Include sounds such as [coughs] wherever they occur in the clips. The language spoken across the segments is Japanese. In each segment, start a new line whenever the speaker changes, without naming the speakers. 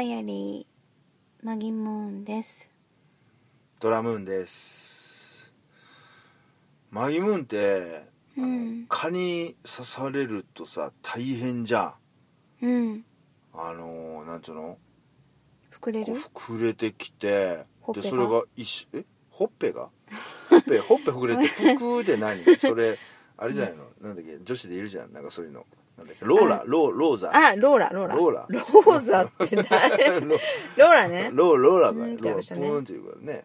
イアリーマギモーンです
ドラムーンですマギムーンってあの、
うん
蚊に刺されるとさ大変じゃん
うん
あのーなんていうの
膨れ
こう
る
膨れてきて
ほっぺが
でそれが一しえほっぺがほっぺ [laughs] ほっぺ膨れてぷくーって何それあれじゃないのなんだっけ女子でいるじゃんなんかそういうのなんだっけローラローローザ
あローラローラ
ローラ
ローザって
[laughs]
誰ローラね
ローローラが
う
ロ
んっ
ー
てある
ラ
人
ポ
ね
ーンっていうからね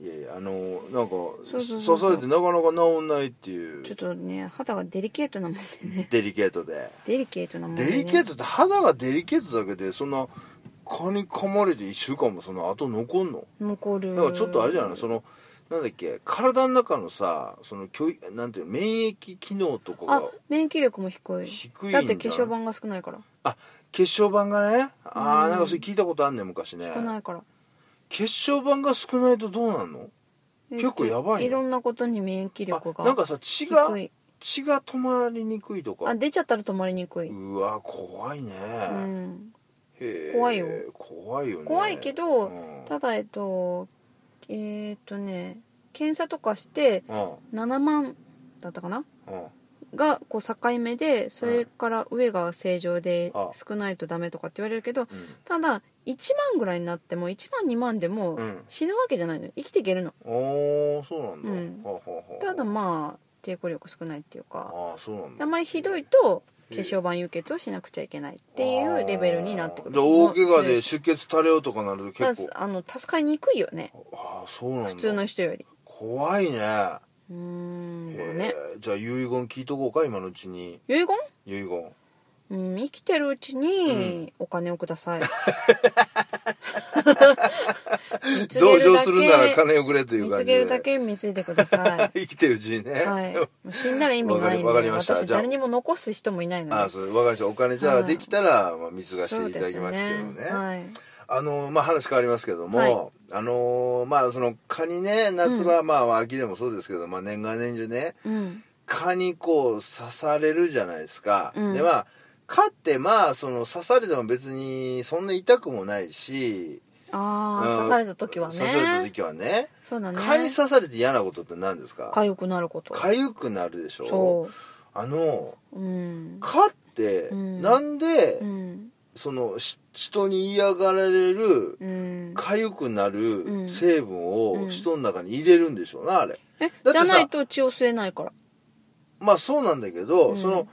いやいやあのーなんか
そうそうそうそう
刺されてなかなか治んないっていう
ちょっとね肌がデリケートなもんでね
デリケートで
デリケートなもんで、
デ
ね、
リケートって肌がデリケートだけでそんな蚊に噛まれて1週間もその後残んの
残る
なんかちょっとあれじゃないそ
の
のなんだっけ体の中のさその教育なんていうの免疫機能とか
あ
が
免疫力も低い
低いんじ
だ
ゃ
っ
ない
て化粧板が少ないから
あ血小板がねあ
う
あ
ん
なんかそれ聞いたことあんね昔ね
少ないから
血小板が少ないとどうなんの結構やばいね
いろんなことに免疫力
あ
が
なんかさ血が
低い
血が止まりにくいと
あ
か
出ちゃったら止まりにくい、う
うわ怖いね、
ん、
へー
怖いよ
怖いよね
怖いけど
うん
ただえっとえーっとね検査とかして
うん
7万だったかな
うん
がこう境目でそれから上が正常で
あ
少ないとダメとかって言われるけど
うん
ただ1万ぐらいになっても1万2万でも
うん
死ぬわけじゃないのよ生きていけるの
おーそうなんだ、
うん
はあはあはあ
ただまあ抵抗力少ないっていうか
ああそうなんだ
あまりひどいと化粧板輸血をしなくちゃいけないっていうレベルになってくる
あーで大怪我
も
で
う
出血垂れようとかなると
ただ
結構
あの助かりにくいよね
ああそうなんだ
普通の人より
怖いね
うーんまあね
へえじゃあ遺言聞いとこうか今のうちに
遺言
遺言
うん生きてるうちにお金をください、見
[laughs]
つ
同
ける
情
だ
するなら
け
金をくれという
見
感
つ
じ
け
で
るだけ見ついてくださ
[laughs] 生きてるうちにね、 [laughs]
いはいもう死んだら意味
わか
な
り
いん
わか
で
りました
私
じゃあ
誰にも残す人もいないの
ああ
で
そうわかりましたお金じゃあ
はい
できたら、まあ、貢がし
そ
て
う
い
で
た
す
だきますけどね
はい
あのまあ話変わりますけども、
はい
あのまあその蚊にね夏場、まあ秋でもそうですけど、まあ、年がら年中ね
うん
蚊にこう刺されるじゃないですか、
うん
でまあ蚊ってまあその刺されても別にそんな痛くもないし、
あ
う
あ
ん
刺された時はね
刺された時はね
そうだね
蚊に刺されて嫌なことって何ですか
痒くなること
痒くなるでしょ
そ
あの
ううん
蚊って
うん
なんで、
うん
そのし人に嫌がられる
うん
痒くな
う
る
ん
成分
う
を
ん
人の中に入れるんでしょうなあれ
え
さ
じゃないと血を吸えないから
まあそうなんだけど、
うん
その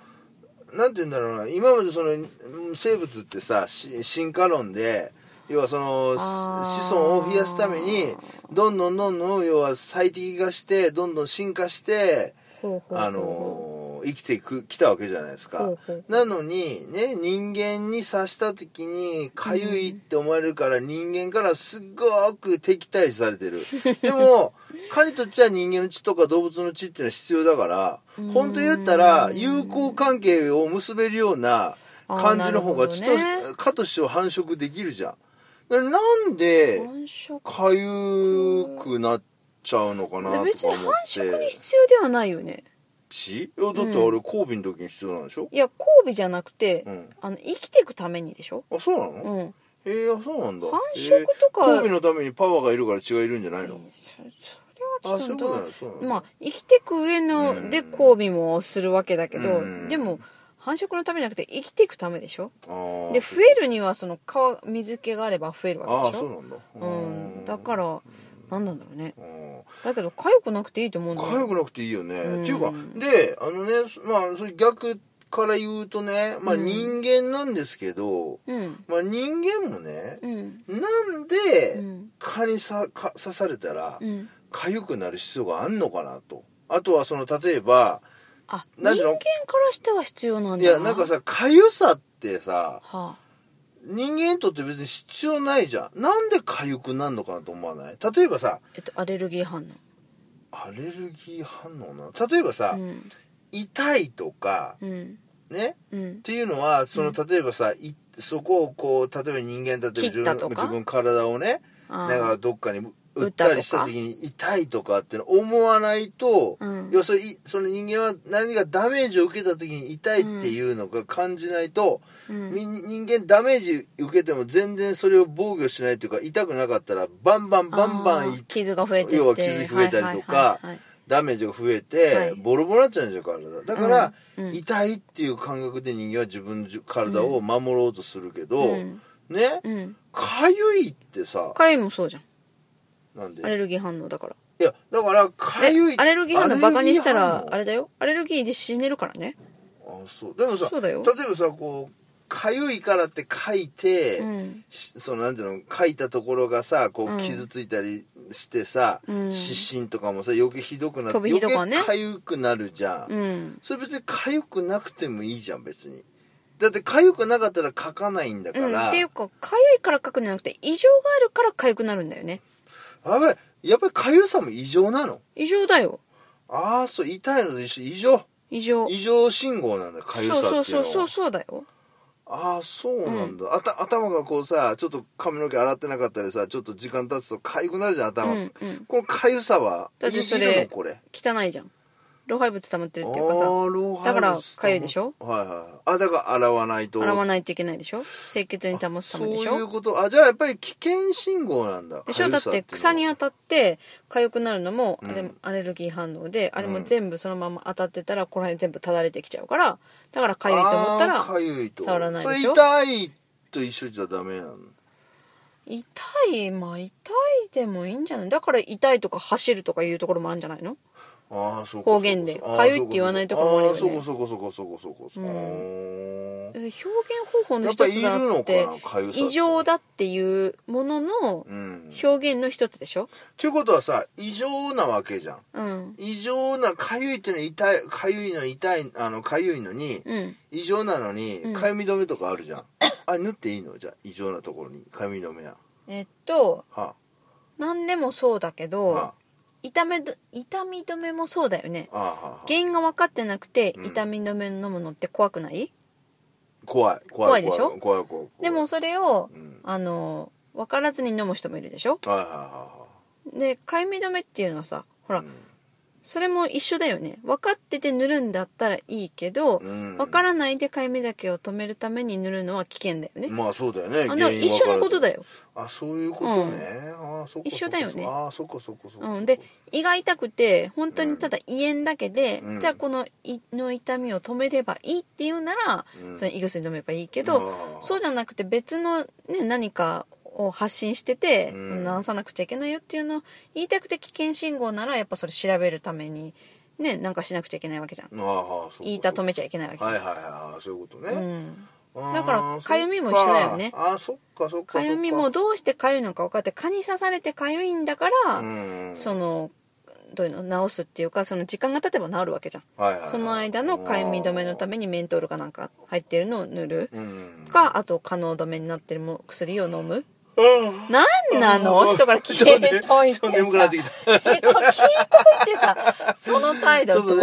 なんて言うんだろうな今までそのうん生物ってさし進化論で要はその
あー
子孫を増やすためにどんどんどんどん要は最適化してどんどん進化して、
ほうほうほうほう
あのー生きてくきたわけじゃないですか。
ほうほう
なのにね人間に刺した時にかゆいって思われるから、人間からすっごく敵対視されて
[laughs]
るでも彼にとっちゃ人間の血とか動物の血っていうのは必要だから
うん
本当言ったら友好関係を結べるような感じの方が血と、
あーなるほどね
蚊としては繁殖できるじゃん。だからなんで
繁殖
かゆくなっちゃうのかなとか思って
別に繁殖に必要ではないよね
血いやだってあれ交尾の時に必要なんでしょ、
いや交尾じゃなくて、
うん
あの生きていくためにでしょ、
あそうなの、
うん、
えー、あそうなんだ
繁殖とか
えー交尾のためにパワーがいるから血がいるんじゃない
いや
の、
そそれ
あ
は
そう
ち
い
ょ
う
っ
こと
と
だよそうなんだ
まあ生きていく上
う
の
ん
で交尾もするわけだけど、
うん
でも繁殖のためじゃなくて生きていくためでしょ
あー
で増えるにはその川水気があれば増える
あ
わけ
あ
でし
そう
ょ
なんだ
うん、だから何なんだろうね
うん
だけど痒くなくていいと思うんだよ
痒くなくていいよね、
うん
っていうかであのねまあそれ逆から言うとねまあ
うん
人間なんですけど、
うん
まあ人間もね
うん
なん
う
で
ん
蚊にさか刺されたら
うん
痒くなる必要があんのかなとあとはその例えば
あ人
なん
間
ていう
か
の
らしては必要なん
い
じゃ
や
ない
なんかさ痒さってさ
はあ
人間にとって別に必要ないじゃんなんで痒くなるのかなと思わない例えばさ
えっと、アレルギー反応。
アレルギー反応なの例えばさ、
うん。
痛いとか
うん。
ねっ
うん。
ていうのはその例えばさ、いそこをこう例えば人間例えば自
切った
分
とか
自分の体をね
あ
だ
ー
からどっかにう打ったりした時に痛いとかっての思わないと、
うん
要するにその人間は何かダメージを受けた時に痛いっていうのが感じないと、
うん
み人間ダメージ受けても全然それを防御しないというか痛くなかったらバンバンバンバン
あ
い
ー傷が増えてって
要は傷増えた
はいは
りとか
いはいはい
ダメージが増え
は
て
い
ボロボロになっちゃうんですよ体だから、
うんうん
痛いっていう感覚で人間は自分の体を守ろうとするけど、
うん
ね
うん
かゆいってさ
かゆいもそうじゃん
なんで
アレルギー反応だから
いやだからか
え
ゆい
アレルギー反応バカにしたらあ
あ
れだよアレルギーで死ねるからね
あそうでもさ
そうだよ
例えばさこうかゆいからって書いて、
うん
しそのなんていうの書いたところがさこ
う
うん傷ついたりしてさ、
うん
湿疹とかもさ余計ひどくなって
飛び火とか
余
ね
計かゆくなるじゃん、
うん
それ別にかゆくなくてもいいじゃん別にだってかゆくなかったら書かないんだか
うん、
ら、
っていうかかゆいからかくんじゃなくて異常があるからかゆくなるんだよね
あばいやっぱりかゆさも異常なの
異常だよ
ああそう痛いのと一緒異常
異常
異常信号なんだかゆさっていうの
そ
は
うそうそうそうそうだよ
ああそうなんだ、あた頭がこうさちょっと髪の毛洗ってなかったりさちょっと時間経つとかゆくなるじゃん頭、
うんうん
このかゆさは
だってそれ
いるのこれ
汚いじゃん老廃物溜まってるっていうか
あ
さ
ー老廃物
だからかゆいでしょ
はいはいあだから洗わないと
洗わないといけないでしょ清潔に保つた
そう
めでし
いう
ょ
ことあじゃあやっぱり危険信号なんだ
でしょ
か
だ
ゆ
っ
さ
て
いうのは
草に当たって痒くなるのもあれ
う
もアレルギー反応であれ
う
も
ん
全部そのまま当たってたらこの辺全部ただれてきちゃうからだから痒いと思った
あー
ら
かゆいと
触らないでしょ
それ痛いと一緒じゃダメなの
痛いまあ痛いでもいいんじゃないだから痛いとか走るとかいうところもあるんじゃないの
ああそうか
方言で
そうか
かゆいって言わないとこもあるよね
あーそうかそうかそうかそうかそうかそうか
うん
あー
表現方法の一つだ
や
っ
っぱい
て
るのかなかゆさって
異常だっていうものの
うん
表現の一つでしょ
ということはさ異常なわけじゃん
うん
異常なかゆいってのは痛いかゆいの痛いあのかゆいのに、
うん
異常なのに
うん
かゆみ止めとかあ
[coughs]
るじゃん、あ塗っていいのじゃあ異常なところにかゆみ止めや
えっと
は
何でもそうだけ
あ、
ど、
は
痛めど痛み止めもそうだよね
あ、ああはあ
原因が分かってなくて
うん
痛み止め飲むのって怖くない、
怖い怖
怖
い
いでしょ
怖い怖い怖い怖い
でもそれを、
うん
あの分からずに飲む人もいるでしょ
はいはいは
でかゆみ止めっていうのはさほ
い
ら、
はい
それも一緒だよね分かってて塗るんだったらいいけど、
うん
分からないでかゆみだけを止めるために塗るのは危険だよね、
うんまあそうだよ
あ
ね原
でも
因
一緒のことだ
よ
よ、
あそういうことね、あそっかそっか
一緒だよね
あそっかそっかそっか
うん、で胃が痛くて本当にただ胃炎だけで、
うん
じゃあこの胃の痛みを止めればいいっていうなら、
うん
その胃薬飲めばいいけど、そうじゃなくて別の、ね、何かを発信してて、
うん
直さなくちゃいけないよっていうのを言いたくて危険信号ならやっぱそれ調べるためにねなんかしなくちゃいけないわけじゃん
ああああそうか
言いた止めちゃいけないわけじゃん、
はいはいはいああそういうことね、
うん、
だ
だからかゆみも一緒だよね
あーそっかそっか
かゆみもどうしてかゆいのか分かって蚊に刺されてかゆいんだから、
うん
そのどういうの治すっていうかその時間が経てば治るわけじゃん
はいはいはい
その間のかゆみ止めのためにメントールかなんか入ってるのを塗る
うん
かあと可能止めになってるも薬を飲む
うん
なんなの人から聞いといてさ
ちょっと眠くなってきた
人聞いといてさその態
ち
度
ょっと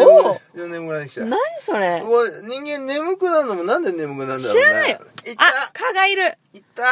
ど
眠
う
くなちょっと眠くなってきた
何それ
これ人間眠くなるのもなんで眠くなるんだろう
知
ね
らないよ
いた
あ蚊がいる
いた